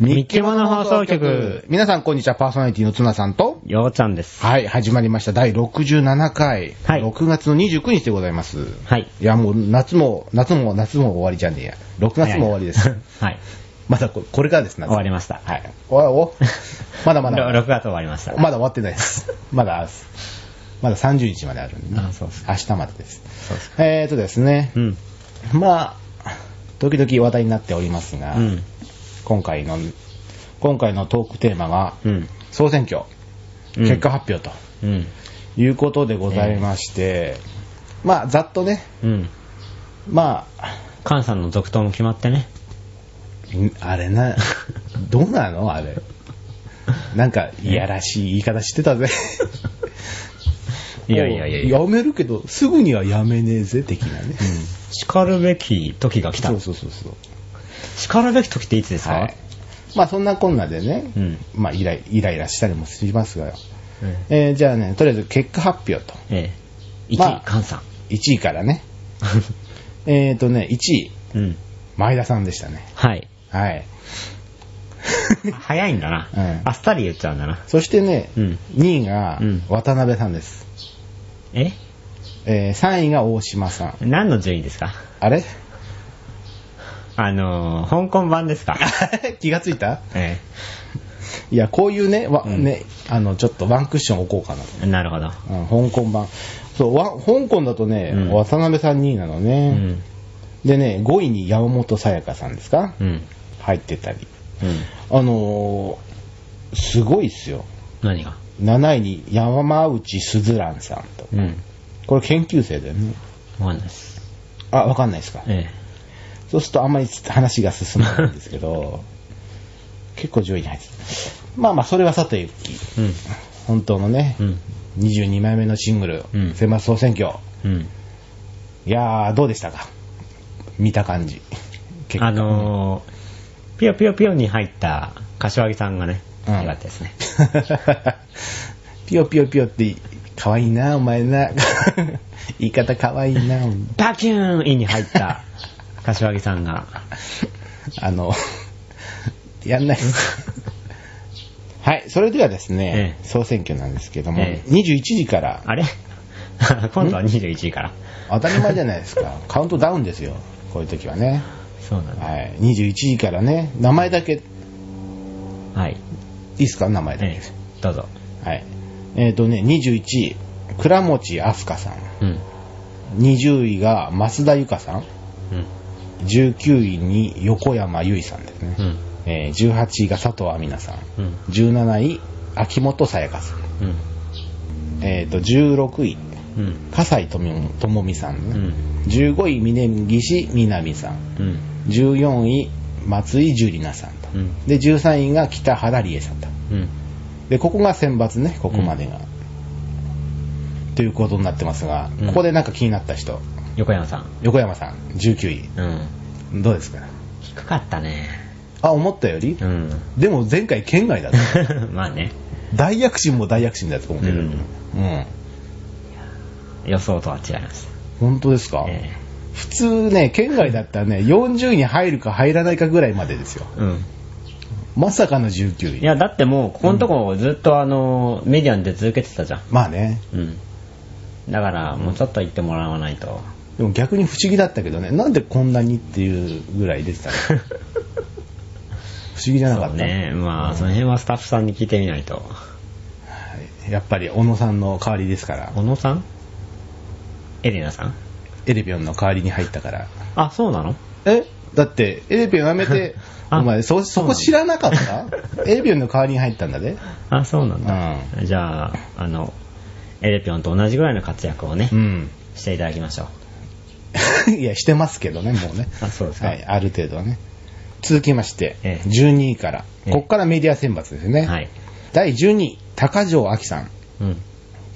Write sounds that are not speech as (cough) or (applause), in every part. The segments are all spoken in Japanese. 日記物放送局。皆さん、こんにちは。パーソナリティのツナさんと。ようちゃんです。はい、始まりました。第67回。はい6月の29日でございます。はい。いや、もう、夏も、夏も、夏も終わりじゃねえや。6月も終わりです。。はい。まだこれ、これからです、夏。終わりました。はい。お、お、まだ (laughs) まだ。ろ6月終わりました。 (laughs) まだ終わってないです。まだ、まだ30日まであるんでね。あそうです明日までです。そうですえーとですねう、ん。まあ、時々話題になっておりますが、うん。今回の、今回のトークテーマが、うん。総選挙、うん結果発表とうん。いうことでございまして、まあ、ざっとね、うん。まあ、菅さんの続投も決まってね。んあれな、どうなのあれ。なんか、いやらしい言い方し (laughs) てたぜ。いやいやいやいや。もうやめるけど、すぐにはやめねえぜ、的なね。叱るべき時が来たそ。うそうそうそう。叱るべき時っていつですかはい。まあそんなこんなでね、うんまあイライイライラしたりもしますが、ええーじゃあね、とりあえず結果発表と。え。1位まあ、菅さん。 1位からね。えーとね、1位、うん。 (laughs) 前田さんでしたね。はい。 (laughs) はい。早いんだなうん。あっさり言っちゃうんだな。そしてね、うん2位がうん渡辺さんです。ええ3位が大島さん。何の順位ですか (laughs) あれ (laughs) あのー、香港版です (laughs) か気がついたえいや、こういうね、わんね、あの、ちょっとワンクッション置こうかなと。え。なるほど。うん、香港版。そう、わ香港だとね、うん渡辺さん2位なのうね。ん。でね、5位に山本さやかさんですか、うん。入ってたり。うん。あのー、すごいっすよ。何が7位に山内すずらんさんと。うん。これ研究生だよね。わかんないです。あ、わかんないですか。えそうするとあんまり話が進まないんですけど、結構上位に入ってた。まあまあ、それはさておき、え。うん。本当のね、うん。 22枚目のシングル、うん選抜総選挙。うん。いやー、どうでしたか見た感じ。結果あのー、ピヨピヨピヨに入った柏木さんがね、うん良かったですね。 (laughs) ピヨピヨピヨって、かわいいな、お前な。 (laughs) 言い方かわいいな。パキューンインに入 (laughs) った柏木さんが、あの、やんない (laughs) です。はい、それではですね、え総選挙なんですけども、ええ21時から、あれ (laughs) 今度は21位から。当たり前じゃないで (laughs) すか、カウントダウンですよ、こういう時はね。そうなんだ。はい、21時からね、名前だけ、いはい。いですか、名前だけ。ええ、どうぞ。はい。えっ、とね、21位、倉持飛鳥さん。うん。 20位が増田由香さん。うん。 19位に横山由依さんですね、うん。えー18位が佐藤亜美奈さんうん。 17位秋元さやかさん、うん。えー、と16位うん。笠井智智美さん、うねん。 15位峯岸みなみさんうん。 14位松井樹里奈さんと、うん。で13位が北原理恵さんとうん。でここが選抜ねここまでが、ということになってますが、うんここでなんか気になった人横山さん。横山さん19位うん。どうですか低かったね。あ思ったより、うん。でも前回県外だった (laughs) まあね、大躍進も大躍進だと思うけど、ううんん予想とは違いまし本当ですか、た。え普通ね県外だったらね40位に入るか入らないかぐらいまでですよえ。うん。まさかの19位いや、だってもう、ここのとこずっとあの、メディアに出続けてたじゃん。まあねうん。だから、もうちょっと言ってもらわないと。 (laughs) でも逆に不思議だったけどねなんでこんなにっていうぐらい出てた (laughs) の不思議じゃなかそっうた、ね。まあ、その辺はスタッフさんに聞いてみないと。はいやっぱり小野さんの代わりですから小野さんエレナさんエレビョンの代わりに入ったからあ、そうなのえだってエレビョンやめ (laughs) て (laughs) あお前そそこ知らなかった (laughs) エレビョンの代わりに入ったんだねあ、そうなんだ。うじゃあ、あの、エレピョンと同じぐらいの活躍をね、うんしていただきましょう。 (laughs) いや、してますけどね、もうね。あそうですかはい、ある程度はね。続きまして、ええ12位から。ええここからメディア選抜ですね。はい。第12位、高城亜希さん。うん。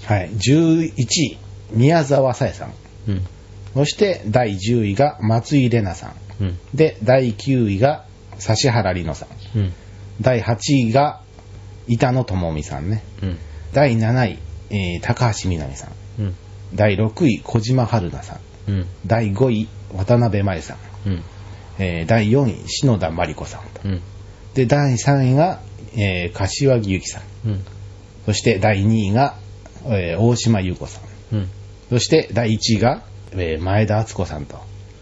はい。11位、宮沢さえさん。うん。そして、第10位が松井玲奈さうん。ん。で、第9位が指原莉乃さん。うん。第8位が板野智美さんね。うん。第7位、えー高橋みなみさん。うん。第6位、小島春菜さん。うん。第5位、渡辺麻衣さん。うん。えー第4位、篠田真理子さんうと。ん。で、第3位が、えー、柏木由紀さん。うん。そして第2位が、えー大島優子さん。うん。そして第1位が、えー前田敦子さんと。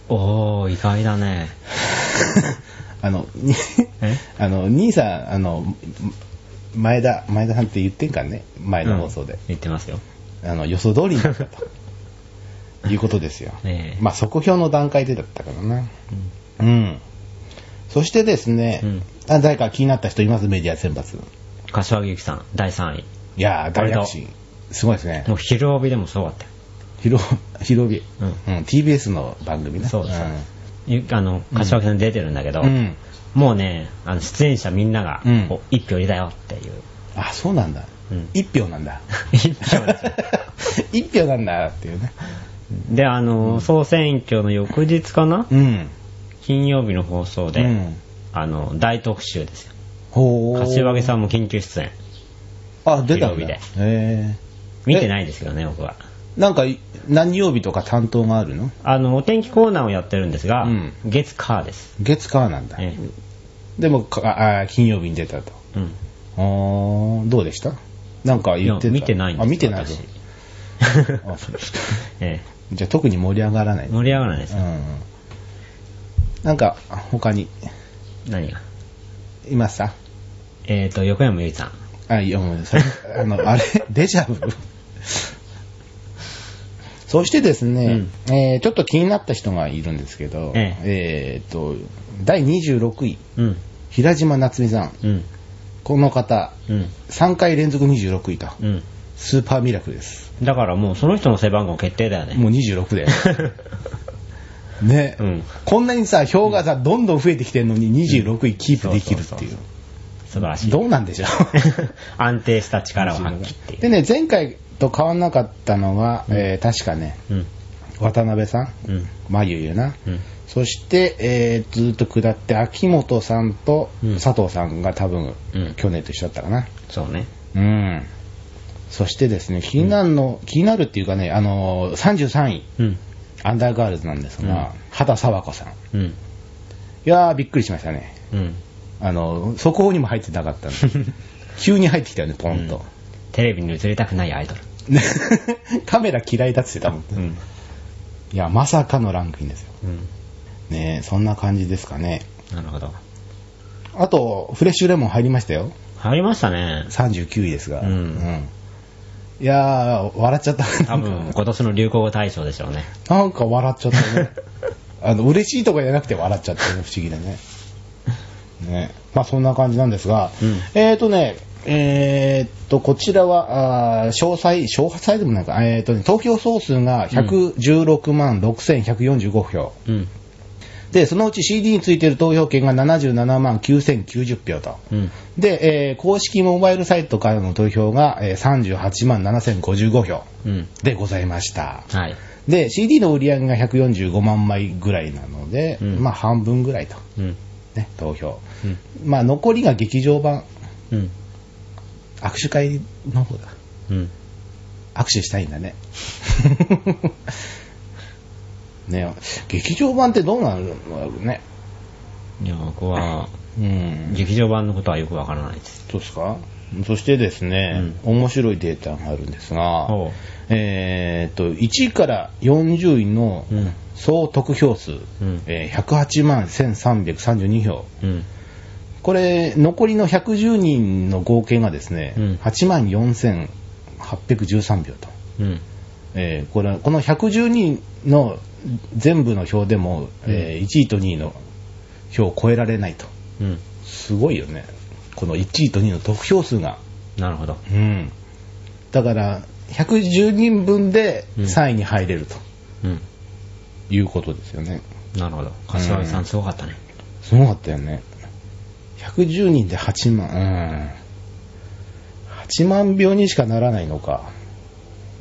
おー、意外だね。 (laughs) あの、にえ (laughs) あの、兄さん、あの、前田、前田さんって言ってんかね前の放送でうん。言ってますよ。あの、予想通りになった (laughs) と。いうことですよ。ねえまあ、底表の段階でだったからな。うん。そしてですね、うんあ誰か気になった人いますメディア選抜。柏木由紀さん、第3位。いやー、大躍進。すごいですね。もう昼帯でもすごかったよ。広、広げ。うんうん。TBS の番組ね。そうですゆあの、柏木さん出てるんだけど、うんもうね、あの出演者みんなが、うんこう一票入れたよっていう。あ、そうなんだうん。一、票なんだ。 (laughs) 一票ですよ一票なんだっていうね。で、あの、総選挙の翌日かな、うん。金曜日の放送で、うんあの、大特集ですよ。ほー。柏木さんも緊急出演。あ、出たん火曜日だ。でへえ見てないですけどね、僕は。なんか、何曜日とか担当があるのあの、お天気コーナーをやってるんですが、うん月火です。月火なんだ。えでもかああ、金曜日に出たと。えうん。おーどうでしたなんか言ってたいや見てないんですあ、見てない私ぞ。あそうですか (laughs) えじゃあ特に盛り上がらない。え盛り上がらないですう。ん。なんか、他に、何がいますかえっ、と、横山由依さん。あ、いや、も (laughs) う、それ、あの、あれ、 (laughs) デジャブ。そしてですね、えーちょっと気になった人がいるんですけど、ええーっと、第26位、うん。平島夏美さん。うん。この方、うん。 3回連続26位と、うん。スーパーミラクルです。だからもうその人の背番号決定だよね。もう26で。 (laughs) ね、うんこんなにさ、票がさ、どんどん増えてきてるのに26位キープできるっていそうう。素晴らしい。どうなんでしょう (laughs) 安定した力を発揮っていう。でね、前回と変わんなかったのが、えー確かね、うん。渡辺さん、うん。まゆゆな、うんそして、えーずっと下って、秋元さんとうん佐藤さんが多分、うん去年と一緒だったかな。そうね。うん。そしてですね、気になるの、気になるっていうかね、あのー、33位、うん。アンダーガールズなんですが、畑沢子さん。いうん。やー、びっくりしましたね。 (laughs) うん。あのー、速報にも入ってなかったんで、急に入ってきたよね、ポンと。テレビに映りたくないアイドル。ね (laughs) カメラ嫌いだって言ってたもん。うん。いや、まさかのランクインですよ。うん。ねそんな感じですかね。なるほど。あと、フレッシュレモン入りましたよ。入りましたね。 39位ですが。うんいやー、笑っちゃった。多分、今年の流行語大賞でしょうね。 (laughs) なんか笑っちゃったね。 (laughs) あの、嬉しいとかじゃなくて笑っちゃったね、不思議だね。ね。まあそんな感じなんですが、うんえーとね、えーと、こちらは、あー詳細、詳細でもないか、えーとね、投票総数が116万6145票。うん。で、そのうち CD についてる投票権が77万9090票と。うん。で、えー公式モバイルサイトからの投票が、えー38万7055票うん。でございました。はい。で、CD の売り上げが145万枚ぐらいなので、うんまあ半分ぐらいと、うん。ね、投票。うん。まあ残りが劇場版、うん。握手会の方だ。うん。握手したいん (laughs) だね。ね劇場版ってどうなるのだろうね。いや、僕は、うん。劇場版のことはよくわからないです。そうですかそしてですね、面白いデータがあるんですがおう、えーっと、1位から40位のうん総得票数、んえー108万1332票。うん。これ、残りの110人の合計がですね、うん8万4813票と。うん。えーこれこの110人の全部の票でも、え1位と2位の票を超えられないと。うん。すごいよね。この1位と2位の得票数が。なるほど。うん。だから、110人分でうん3位に入れるとうん。いうことですよね。なるほど。柏木さんすごかったね。すごかったよね。110人で8万、うん。8万秒にしかならないのか。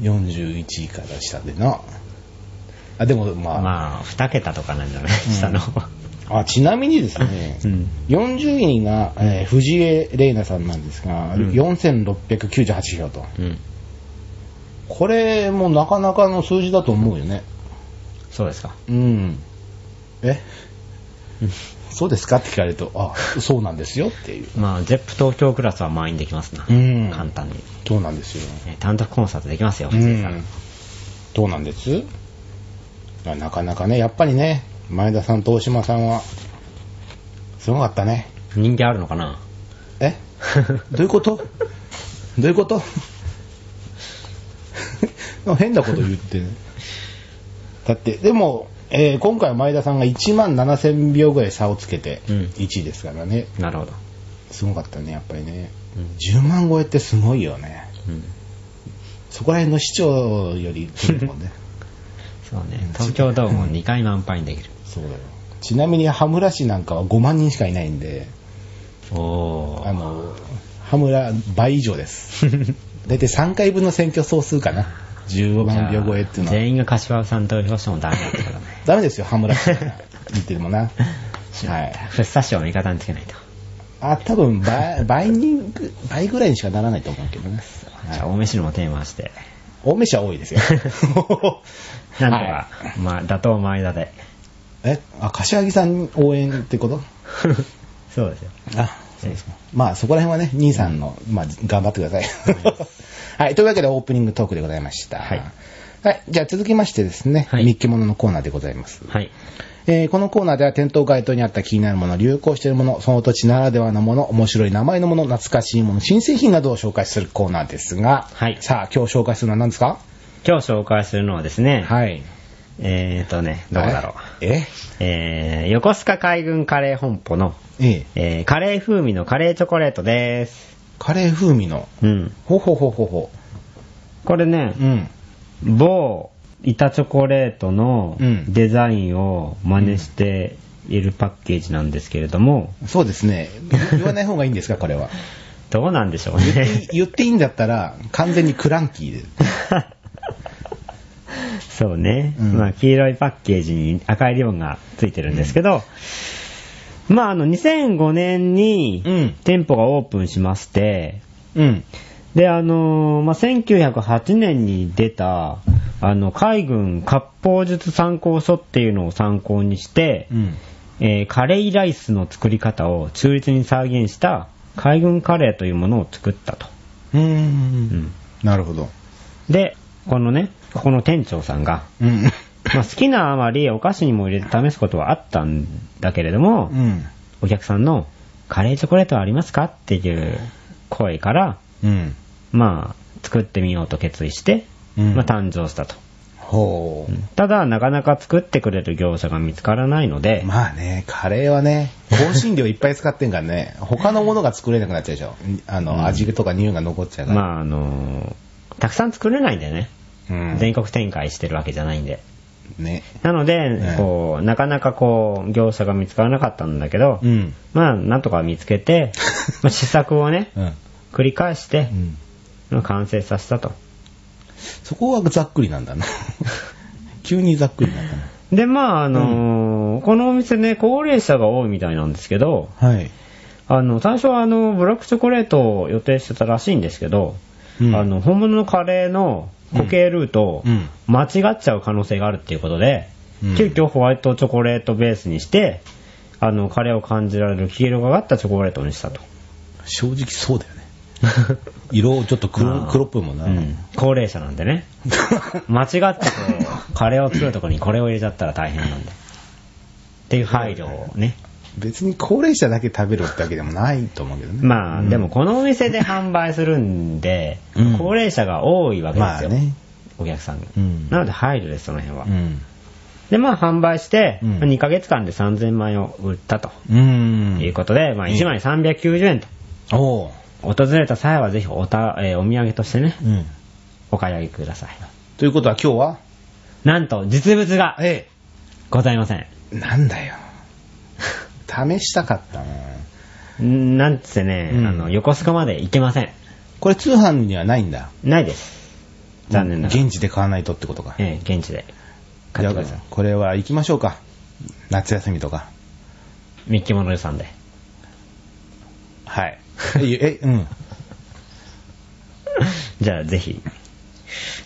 41位から下でな。あ、でもまあ、まあ、二桁とかなんじゃない下の方は。あちなみにですね、うん40位が、えー藤江玲奈さんなんですが、うん4698票と。うん。これもなかなかの数字だと思うよね。そうですか。うん。え (laughs) そうですかって聞かれると、あ、そうなんですよっていう。 (laughs) まあ、ゼップ東京クラスは満員できますな。うん簡単に。そうなんですよ。えー単独コンサートできますよ、う藤井さん。ん。どうなんですなかなかね、やっぱりね、前田さんと大島さんは、すごかったね。人気あるのかな (laughs) えどういうことどういうことなんか (laughs) 変なこと言ってね。だって、でも、えー今回は前田さんが1万7000秒ぐらい差をつけてうん1位ですからね。なるほど。すごかったね、やっぱりね。うん10万超えってすごいよね。うん。そこら辺の市長より来るもんね。 (laughs) そうね。東京ドームを2回満杯にできる。そうだよ。ちなみに、羽村市なんかは5万人しかいないんで、おあー。の、羽村倍以上 (laughs) です。だいたい3回分の選挙総数かな。15万秒超えっていうのは。全員が柏さん投票してもダメだったからね。ダメですよ、羽村市。言って (laughs) るもんな。はい。ふっさしを味方につけないと。あ、多分倍、倍人ぐ、倍ぐらいにしかならないと思うけどね。じゃあ、青飯のもテーマして、青飯は多い (laughs) ですよ。なんとはか、まあ、打倒前田で。 (laughs) いえ、あ、柏木さん応援ってことそうですよ。あ、そうですか。まあそこら辺はね、兄さんの、まあ頑張ってください。はい、というわけでオープニングトークでございました。はいはい、じゃあ続きましてですね、はい見っけ物のコーナーでございます。はい。えーこのコーナーでは店頭街頭にあった気になるもの、流行しているもの、その土地ならではのもの、面白い名前のもの、懐かしいもの、新製品などを紹介するコーナーですが、はいさあ今日紹介するのは何ですか今日紹介するのはですね、はい。えーとね、どうだろう。う。ええー、横須賀海軍カレー本舗の、えええー、カレー風味のカレーチョコレートです。カレー風味の、うん。ほほほほほ。これね、うん。某板チョコレートのうんデザインを真似しているパッケージなんですけれども、そうですね。言わない方がいいんです (laughs) か、これは。どうなんでしょう言っていね。言っていいんだったら、完全にクランキーで。そうね、うんまあ黄色いパッケージに赤いリボンがついてるんですけど、まああの2005年にうん店舗がオープンしまして、うん。で、あのーまあ、1908年に出た、あの、海軍割烹術参考書っていうのを参考にして、うん。えーカレーライスの作り方を中立に再現した海軍カレーというものを作ったと。うーうんん。なるほど。で、このね、ここの店長さんが、うん。まあ、好きなあまりお菓子にも入れて試すことはあったんだけれども、うん。お客さんのカレーチョコレートはありますかっていう声から、うん。まあ、作ってみようと決意して、うんまあ、誕生したと。ほう。ただ、なかなか作ってくれる業者が見つからないので、まあね、カレーはね、香辛料いっぱい使ってんからね、他のものが作れなくなっちゃうでしょ。あの、味とか匂いが残っちゃうから。まあ、あのーたくさん作れないんだよね。うん。全国展開してるわけじゃないんで。ね。なので、ええこう、なかなかこう、業者が見つからなかったんだけど、うん。まあ、なんとか見つけて、 (laughs) まあ試作をね、うん。繰り返してう、ん。まあ完成させたと。そこはざっくりなんだ (laughs) な。急にざっくりなんだな。で、まあ、あのーこのお店ね、高齢者が多いみたいなんですけど、はい。あの、最初はあの、ブラックチョコレートを予定してたらしいんですけど、うんあの、本物のカレーの固形ルートをうん間違っちゃう可能性があるっていうことで、うん急遽ホワイトチョコレートベースにして、あの、カレーを感じられる黄色がかったチョコレートにしたと。正直そうだよね。色をちょっと (laughs) 黒黒っぽいもんな。うん高齢者なんで (laughs) ね。間違ってこう、カレーを作るとこにこれを入れちゃったら大変なんで。っていう配慮をね。別に高齢者だけ食べるってわけでもないと思うけどね。まあ、うんでもこのお店で販売するんで、うん高齢者が多いわけでますあよ、ね。お客さんが、うんなので配慮ですその辺は、うん。でまあ販売して、うん2ヶ月間で3000枚を売ったとうん。いうことで、まあ1枚390円とおう。訪れた際はぜひおた、えーお土産としてねうん。お買い上げくださいということは今日はなんと実物がえございませんえ。なんだよ。試したかったな。んなんつってね、うんあの横須賀まで行けませんこれ通販にはないんだ。ないです残念ながら、現地で買わないとってことか。えー現地で買ってくだじさゃいあこれは行きましょうか。夏休みとか。三木物予算で (laughs) はい。 (laughs) え、えうん。じゃあぜひ。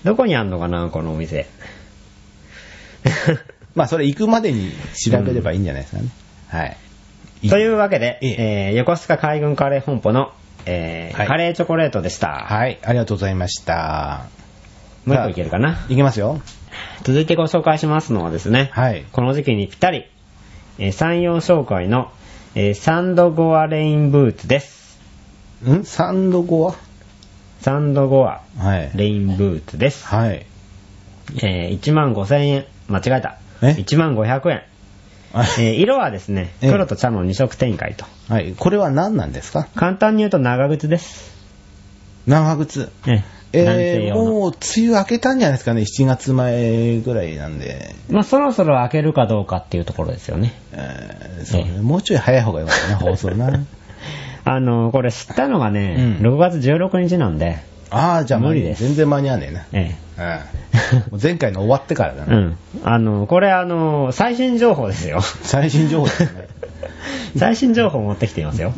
どこにあんのかな、このお店。まあそれ行くまでに調べればいいんじゃないですかね。はい。いいというわけで、ええー横須賀海軍カレー本舗の、えーはいカレーチョコレートでした。はい、ありがとうございました。もう一個いけるかな。いきますよ。続いてご紹介しますのはですね、はい。この時期にぴったり、えー山陽商会の、えーサンドゴアレインブーツです。んサンドゴサンドゴアアはい。レインブーツです。はい。えー1万5千円。間違えた。え1万500円。えー色はですね、ええ黒と茶の2色展開と。 (laughs) はい。これは何なんですか簡単に言うと長靴です。長靴。ええ男性えー、用の。もう梅雨明けたんじゃないですかね。7月前ぐらいなんで。まあ、そろそろ開けるかどうかっていうところですよね。えーそうえね。もうちょい早い方がよか (laughs) ったな、放送な。あの、これ知ったのがね、うん6月16日なんで、ああ、じゃあ無理です全然間に合わねえな。えうんもう前回の終わってからだえ。うな。ん。あの、これあの、最新情報 (laughs) ですよ。最新情報です (laughs) ね。最新情報持ってきていますよ。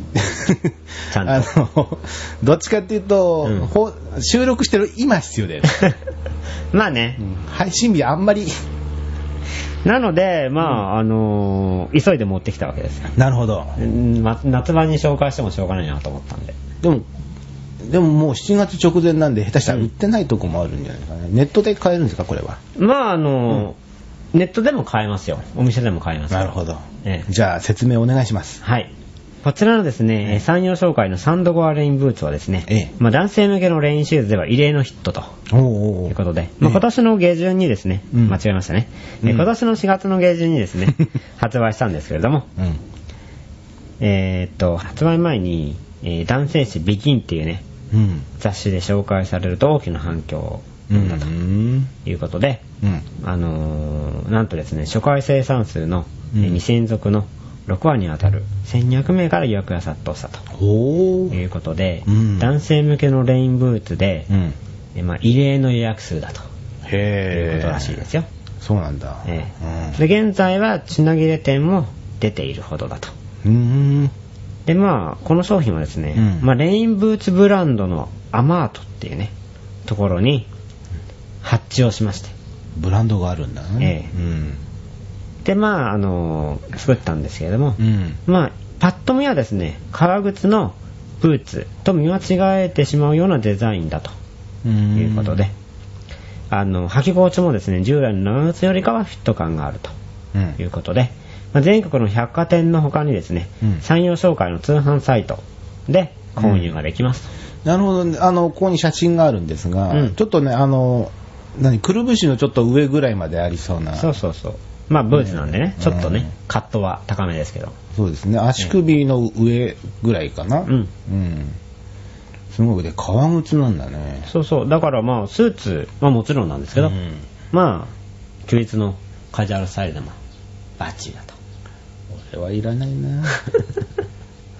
(laughs) ちゃんと (laughs) あの、どっちかっていうと、うんほ収録してる今必要だよね。まあね。配信日あんまり。なので、まあ、あの、急いで持ってきたわけですよ。なるほど。うんま夏場に紹介してもしょうがないなと思ったんで。でも、でももう7月直前なんで下手したら売ってないとこもあるんじゃないかね。ネットで買えるんですか、これは。まあ、あの、ネットでも買えますよ。お店でも買えます。なるほど。ええじゃあ説明お願いします。はい。こちらのですね、えー山陽商会のサンドゴアレインブーツはですね、ええまあ、男性向けのレインシューズでは異例のヒットと。おうおうおといううことで、まあ、今年の下旬にですね、うん間違えましたね、えうん今年の4月の下旬にですね、発売したんですけれども、うん。えーっと、発売前に、えー男性誌ビギンっていうね、うん。雑誌で紹介されると大きな反響だとん。いうことで、うん。あのーなんとですね、初回生産数の、うんえー2000足の6割に当たる1200名から予約が殺到したとおーいうことで、うん男性向けのレインブーツで、うん。えーまあ、異例の予約数だというへこーとらしいですよ。そうなんだ。ええで現在は品切れ店も出ているほどだとうん。うでまあこの商品はですね、うんまあ、レインブーツブランドのアマートっていうねところに発注をしましてーん。ブランドがあるんだね。ええでまああの作ったんですけれども、うん。うん。まあパッと見はですね革靴のブーツと見間違えてしまうようなデザインだとということで、あの履き心地もですね従来の長靴よりかはフィット感があるとうんということで、まあ全国の百貨店の他にですね、うん山陽商会の通販サイトで購入ができますと。なるほどね、あのここに写真があるんですが、うんちょっとね、あの何くるぶしのちょっと上ぐらいまでありそうな、そうそうそう。まあ、ブーツなんでね、うんちょっとね、うんカットは高めですけど。そうですね、足首の上ぐらいかな、うんうんすごくで、革靴なんだね、そうそう。だからまあ、スーツ、まあもちろんなんですけど、うんまあ、休日のカジュアルスタイルでもバッチリだと。俺はいらない (laughs) な、 (laughs)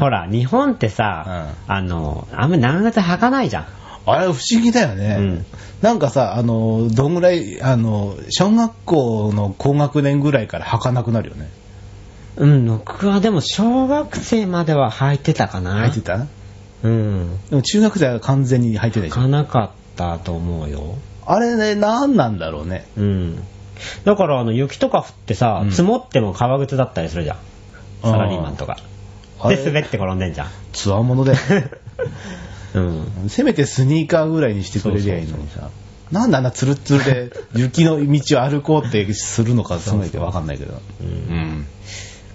ほら、日本ってさ、あの、あんまり長靴履かないじゃん。あれ、不思議だよね、うんなんかさ、あのどんぐらいあの、小学校の高学年ぐらいから履かなくなるよね、うん、僕はでも小学生までは履いてたかな。履いてたうん。でも中学生は完全に履いてた履でしょ、かなかったと思うよ。あれね、なんなんだろうね。うん。だから、あの、雪とか降ってさ、うん積もっても革靴だったりするじゃん。サラリーマンとか。あで、 (laughs) れ滑って転んでんじゃん。つわものだよ。 (laughs) うん。せめてスニーカーぐらいにしてくれりゃいいのにさ。なんであんなツルッツル (laughs) で雪の道を歩こうってするのかすめてわかんないけど。うん。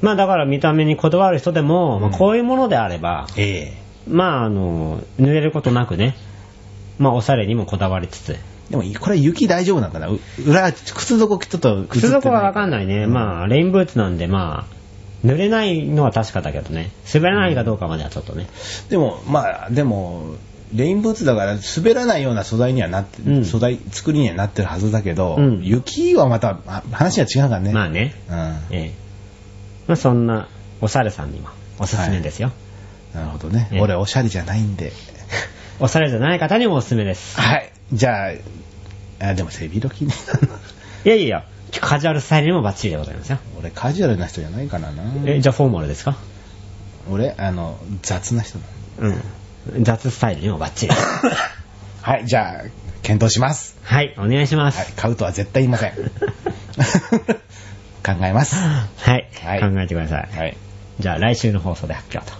まあ、だから見た目にこだわる人でも、まあ、こういうものであれば、ええ。まあ、あの、濡れることなくね、まあ、おしゃれにもこだわりつつ。でも、これ雪大丈夫なのかなう裏、靴底ちょっと靴底はわんかんないね。まあ、レインブーツなんで、まあ、濡れないのは確かだけどね。滑らないかどうかまではちょっとね。でも、まあ、でも、レインブーツだから滑らないような素材にはなって、うん素材、作りにはなってるはずだけど、うん雪はまた、あ話は違うからね。まあね。うん。ええ。まあ、そんな、おしゃれさんにも、おすすめですよ。なるほどね。ええ俺、おしゃれじゃない (laughs) んで。おしゃれじゃない方にもおすすめです。はい。じゃあ、あでも背広着ね。 (laughs) いやいやいや、カジュアルスタイルにもバッチリでございますよ。俺カジュアルな人じゃないからな。え、じゃあフォーマルですか俺、あの、雑な人なのうん。雑スタイルにもバッチ (laughs) リ。はい、じゃあ、検討します。はい、お願いしまはいす。、 (laughs) 買うとは絶対言いません。 (laughs) 考えます。はい。はい考えてください。はい。じゃあ来週の放送で発表 (laughs) と。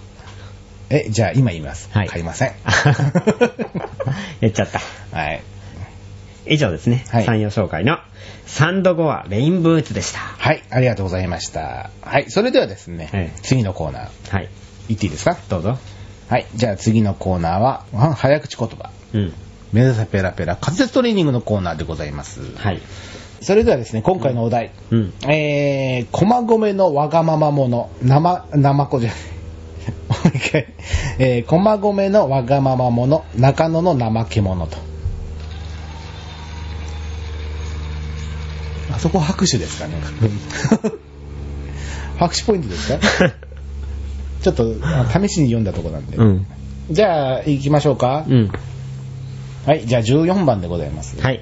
え、じゃあ今言います。はい買いませ (laughs) ん。言っちゃった。はい。以上ですね。はい山陽紹介のサンドゴアレインブーツでした。はい、ありがとうございました。はい、それではですね、はい次のコーナー、はい。行っていいですかどうぞ。はい、じゃあ次のコーナーは、は早口言葉。うん。目指せペラペラ滑舌トレーニングのコーナーでございます。はい。それではですね、今回のお題、うん。えー、駒込のわがまま者、生、生子じゃない。もう一回、えー、駒込のわがまま者、中野の怠け者と。あそこ拍手ですかね。拍手ポイントですか (laughs) ちょっとあ試しに読んだとこなんで。 (laughs) うん。じゃあ、行きましょうか。うん。はい、じゃあ14番でございます。。はいい。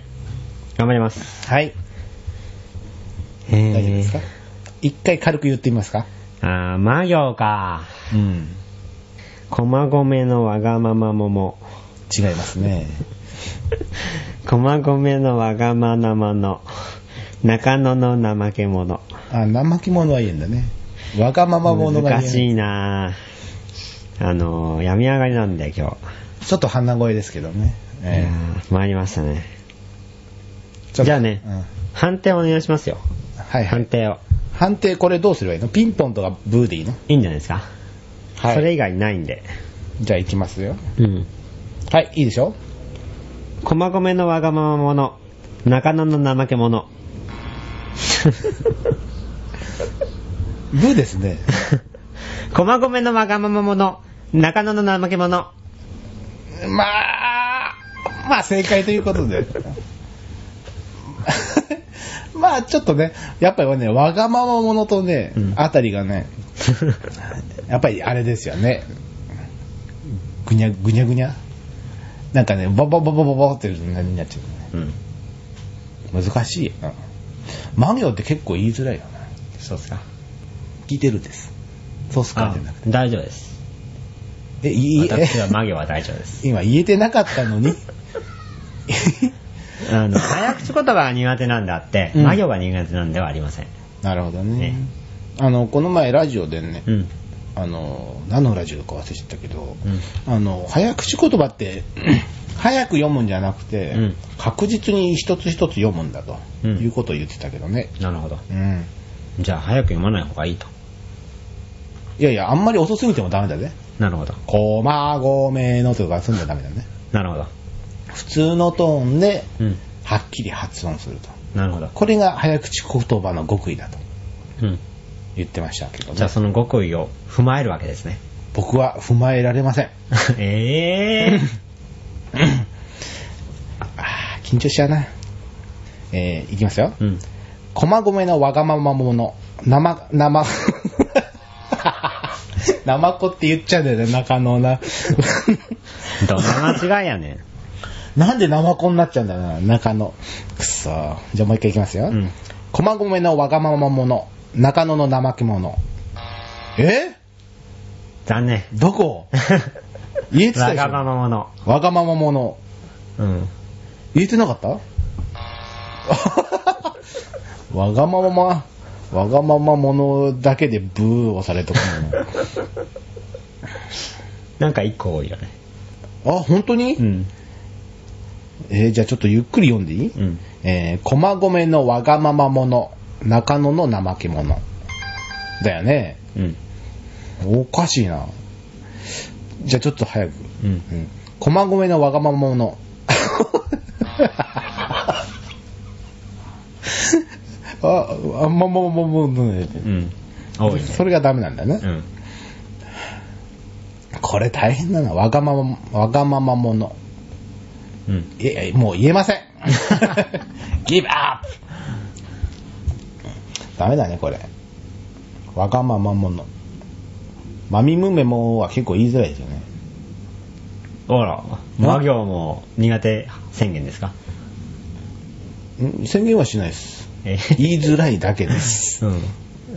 頑張ります。はい、えー大丈夫ですか、一回軽く言ってみますかあー、魔行か。うん。駒込のわがまま桃。 (laughs) 違いますね。駒込のわがまなまの。中野の怠け者。あ、怠け者は言えんだね。わがまま者が言えん難しいなぁ。あのー、病み上がりなんだよ、今日。ちょっと鼻声ですけどね。いえやえー参りましたね。ちょっとじゃあねうん判定お願いしますよ。はいは判い。定を。判定これどうすればいいのピンポンとかブーでいいのいいんじゃないですかはいそれ以外ないんで。じゃあ行きますよ。うん。はい、いいでしょ駒込のわがまま者。中野の怠け者。 (laughs) ブーですね。駒込のわがまま者。中野の怠け者。まあ、まあ正解ということで。 (laughs) まあちょっとね、やっぱりね、わがまま者とね、うんあたりがね、やっぱりあれですよね。ぐにゃぐにゃぐにゃなんかね、ボボボボボボってになっちゃううん。ね。難しい。うん。マ行って結構言いづらいよな。そうっすか。聞いてるです。そうっすかあじゃなくて。大丈夫です。え、いい、え私はマ行は大丈夫です。今言えてなかったのに。 (laughs) あの、早口言葉が苦手なんであって、うん魔行が苦手なんではありません。なるほどねね。あの、この前ラジオでね、うん。あの、何のラジオか忘れちゃったけど、うあの、早口言 (clears throat) 葉って、早く読むんじゃなくて、うん確実に一つ一つ読むんだと、うんいうことを言ってたけどね。なるほど。うん。じゃあ、早く読まない方がいいと。いやいや、あんまり遅すぎてもダメだね。なるほど。こまごめのとかすんじゃダメだね。なるほど。普通のトーンで、うん。はっきり発音すると。なるほど。これが早口言葉の極意だとうん。言ってましたけどじゃねあ、。その極意を踏まえるわけですね。僕は踏まえられません。 (laughs) ええ (coughs) あー緊張しちゃうな。えー、いきますよ。うん。駒込のわがまま者。生、生、 (laughs) 生子って言っちゃうんだよね、中野な。 (laughs) どんな間違いやねなんで生子になっちゃうんだろうな、中野。くっそー。じゃあもう一回いきますよ。ん。うん。駒込のわがまま者。中野の怠け者。え残念。(laughs) どこ言えてたわでしょがまま者。わがまま者。うん。言えてなかった (laughs) わがまま、わがままものだけでブーをされたことなんか一個多いよね。 (laughs) もあ、本当に、ん。えーじゃあちょっとゆっくり読んでいい、うん。えー、駒込のわがままもの、中野の怠け者。だよね。うん。おかしいな。じゃあちょっと早く。うん。うん。駒込のわがまま (laughs) 者。あ、あ、ま、ま、ま、ま、ね。うん。多いね。それがダメなんだねう。ん。これ大変だな。わがまま、わがまま者。うん。 (laughs) いやいやもう言えません。ギブアップダメだね、これ。わがまま者。まみむめもは結構言いづらいですよね。あら、魔行も苦手宣言ですかん宣言はしないです。え言いづらいだけです。 (laughs) うん。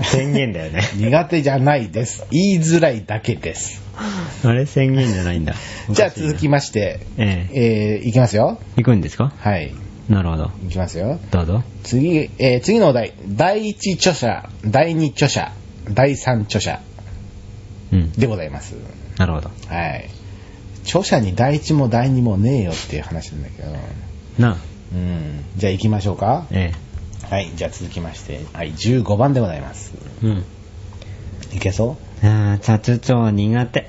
宣言だよね。 (laughs) 苦手じゃないです。言いづらいだけです。 (laughs) あれ宣言じゃないんだ。じゃあ続きまして、えええー、いきますよ。行くんですかはい。なるほど。いきますよ。どうぞ。次、えー次のお題。第一著者、第二著者、第三著者うん。でございます。なるほど。はい。著者に第一も第二もねえよっていう話なんだけど。なあ、うん。じゃあ行きましょうか。えはい。じゃあ続きまして。はい。15番でございます。え。うん。いけそああ、茶々長苦手。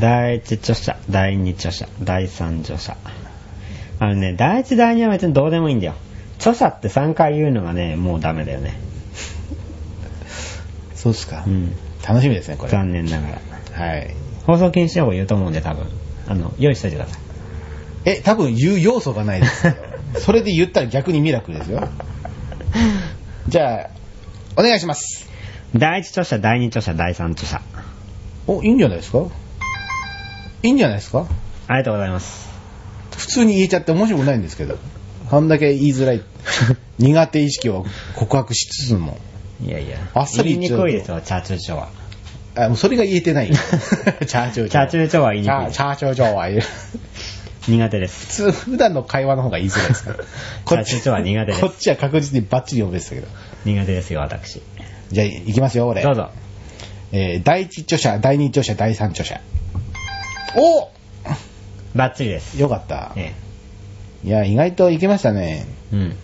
第一著者、第二著者、第三著者。あのね、第一、第二は別にどうでもいいんだよ。著者って3回言うのがね、もうダメだよね。うそうっすか。うん。楽しみですね、これ。残念ながら。はい。放送禁止用語言うと思うんで、多分。あの、用意しといてください。え、多分言う要素がないです (laughs) よ。それで言ったら逆にミラクルですよ。じゃあ、お願いします。第一著者、第二著者、第三著者。お、いいんじゃないですかいいんじゃないですかありがとうございます。普通に言えちゃって面白くないんですけど。あんだけ言いづ (laughs) らい、苦手意識を告白しつつも。いやいや。あっさり言いに言っちゃうくいですよ、茶々長は。あ、もうそれが言えてない。 (laughs) チャーチョーチャーチョーチョーは言いにくいチャーチョーチョーは言う。苦手です。普通、普段の会話の方が言いづら (laughs) いですから。チャーチョーチョーは苦手ですこっちは確実にバッチリ読めてたけど。苦手ですよ、私。じゃあ、いきますよ、俺。どうぞ。えー第一著者、第二著者、第三著者。おバッチリです。よかった。えいや、意外といけましたね。え。うん。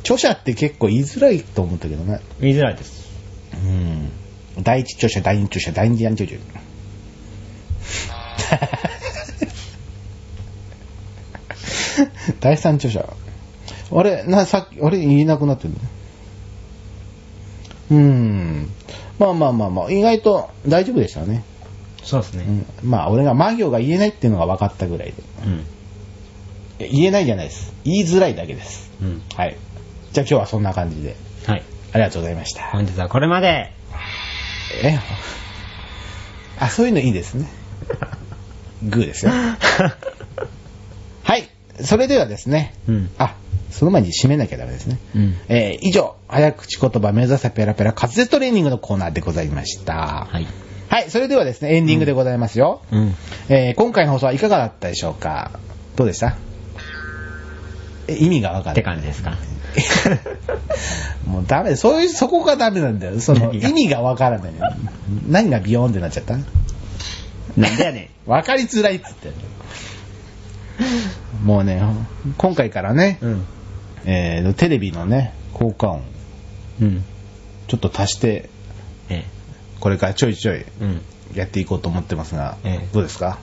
著者って結構言いづらいと思ったけどね。言いづらいです。うん。第一著者、第二著者、第二著者。第三著者。あれ、な、さっき、あれ言えなくなってるねうーん。まあまあまあまあ、意外と大丈夫でしたね。そうですうね。ん、まあ、俺が魔行が言えないっていうのが分かったぐらいで。うん。いや言えないじゃないです。言いづらいだけです。うん。はい。じゃあ今日はそんな感じで。はい。ありがとうございました。本日はこれま (laughs) で。えあ、そういうのいいです (laughs) ね。グーですよ。はい。それではですね。うんあ、その前に締めなきゃダメですね。うんえー以上、早口言葉目指せペラペラ滑舌トレーニングのコーナーでございました。はい。はい、それではですね、エンディングでございますよ。うん。えー今回の放送はいかがだったでしょうかどうでしたえ、意味がわかっるて。感じです (laughs) か。 (laughs) もうダメ、そういう、そこがダメなんだよ。その、何が意味がわからない。何がビヨーンってなっちゃったなんだよね。わかりづらいっつって。もうね、今回からね、うん。えーテレビのね、効果音、うん。ちょっと足して、えこれからちょいちょいえ。うん。やっていこうと思ってますが、ええどうですか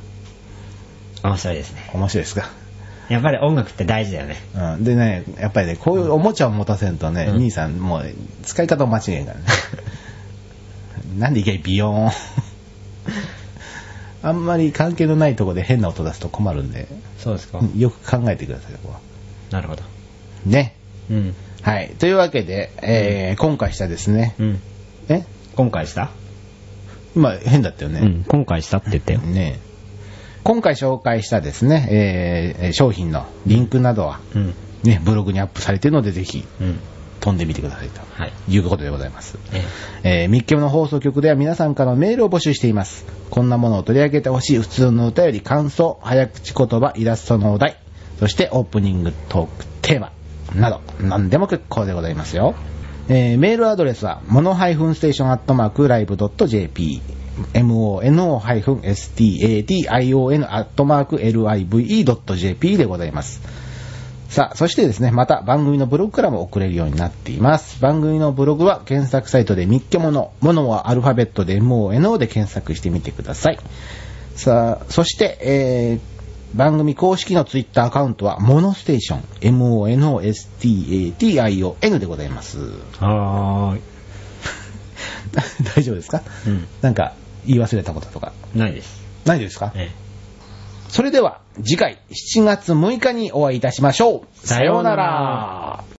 面白いですね。面白いですかやっぱり音楽って大事だよね。うん、でね、やっぱりね、こういうおもちゃを持たせんとね、うん兄さん、もう、使い方を間違えんからね。なんでいきなりビヨーン。 (laughs) あんまり関係のないとこで変な音出すと困るんで、 (laughs) そうですかよく考えてください、ここは。なるほど。ね。うん。はい。というわけで、えー今回したですね。うん。え今回した今、変だったよね。うん。今回したって言ったよ。ね今回紹介したですね、えー商品のリンクなどは、うん。ね、ブログにアップされているので、ぜひ、うん。飛んでみてくださいと。はい。いうことでございます。ええー、ミッケムの放送局では皆さんからのメールを募集しています。こんなものを取り上げてほしい普通の歌より感想、早口言葉、イラストのお題、そしてオープニングトークテーマなど、何でも結構でございますよ。えー、メールアドレスは、モノハイフンステーションアットマークライブドット JP、mono-station アットマーク live.jp でございます。さあ、そしてですね、また番組のブログからも送れるようになっています。番組のブログは検索サイトでみっけもの、ものはアルファベットで MONO で検索してみてください。さあ、そして、えー、番組公式のツイッターアカウントは、モノステーション、MONOSTATION でございます。 (laughs) え。はーい。大丈夫ですかうんなんか、言い忘れたこととか。ないです。ないですかえそれでは、次回7月6日にお会いいたしましょう。さようなら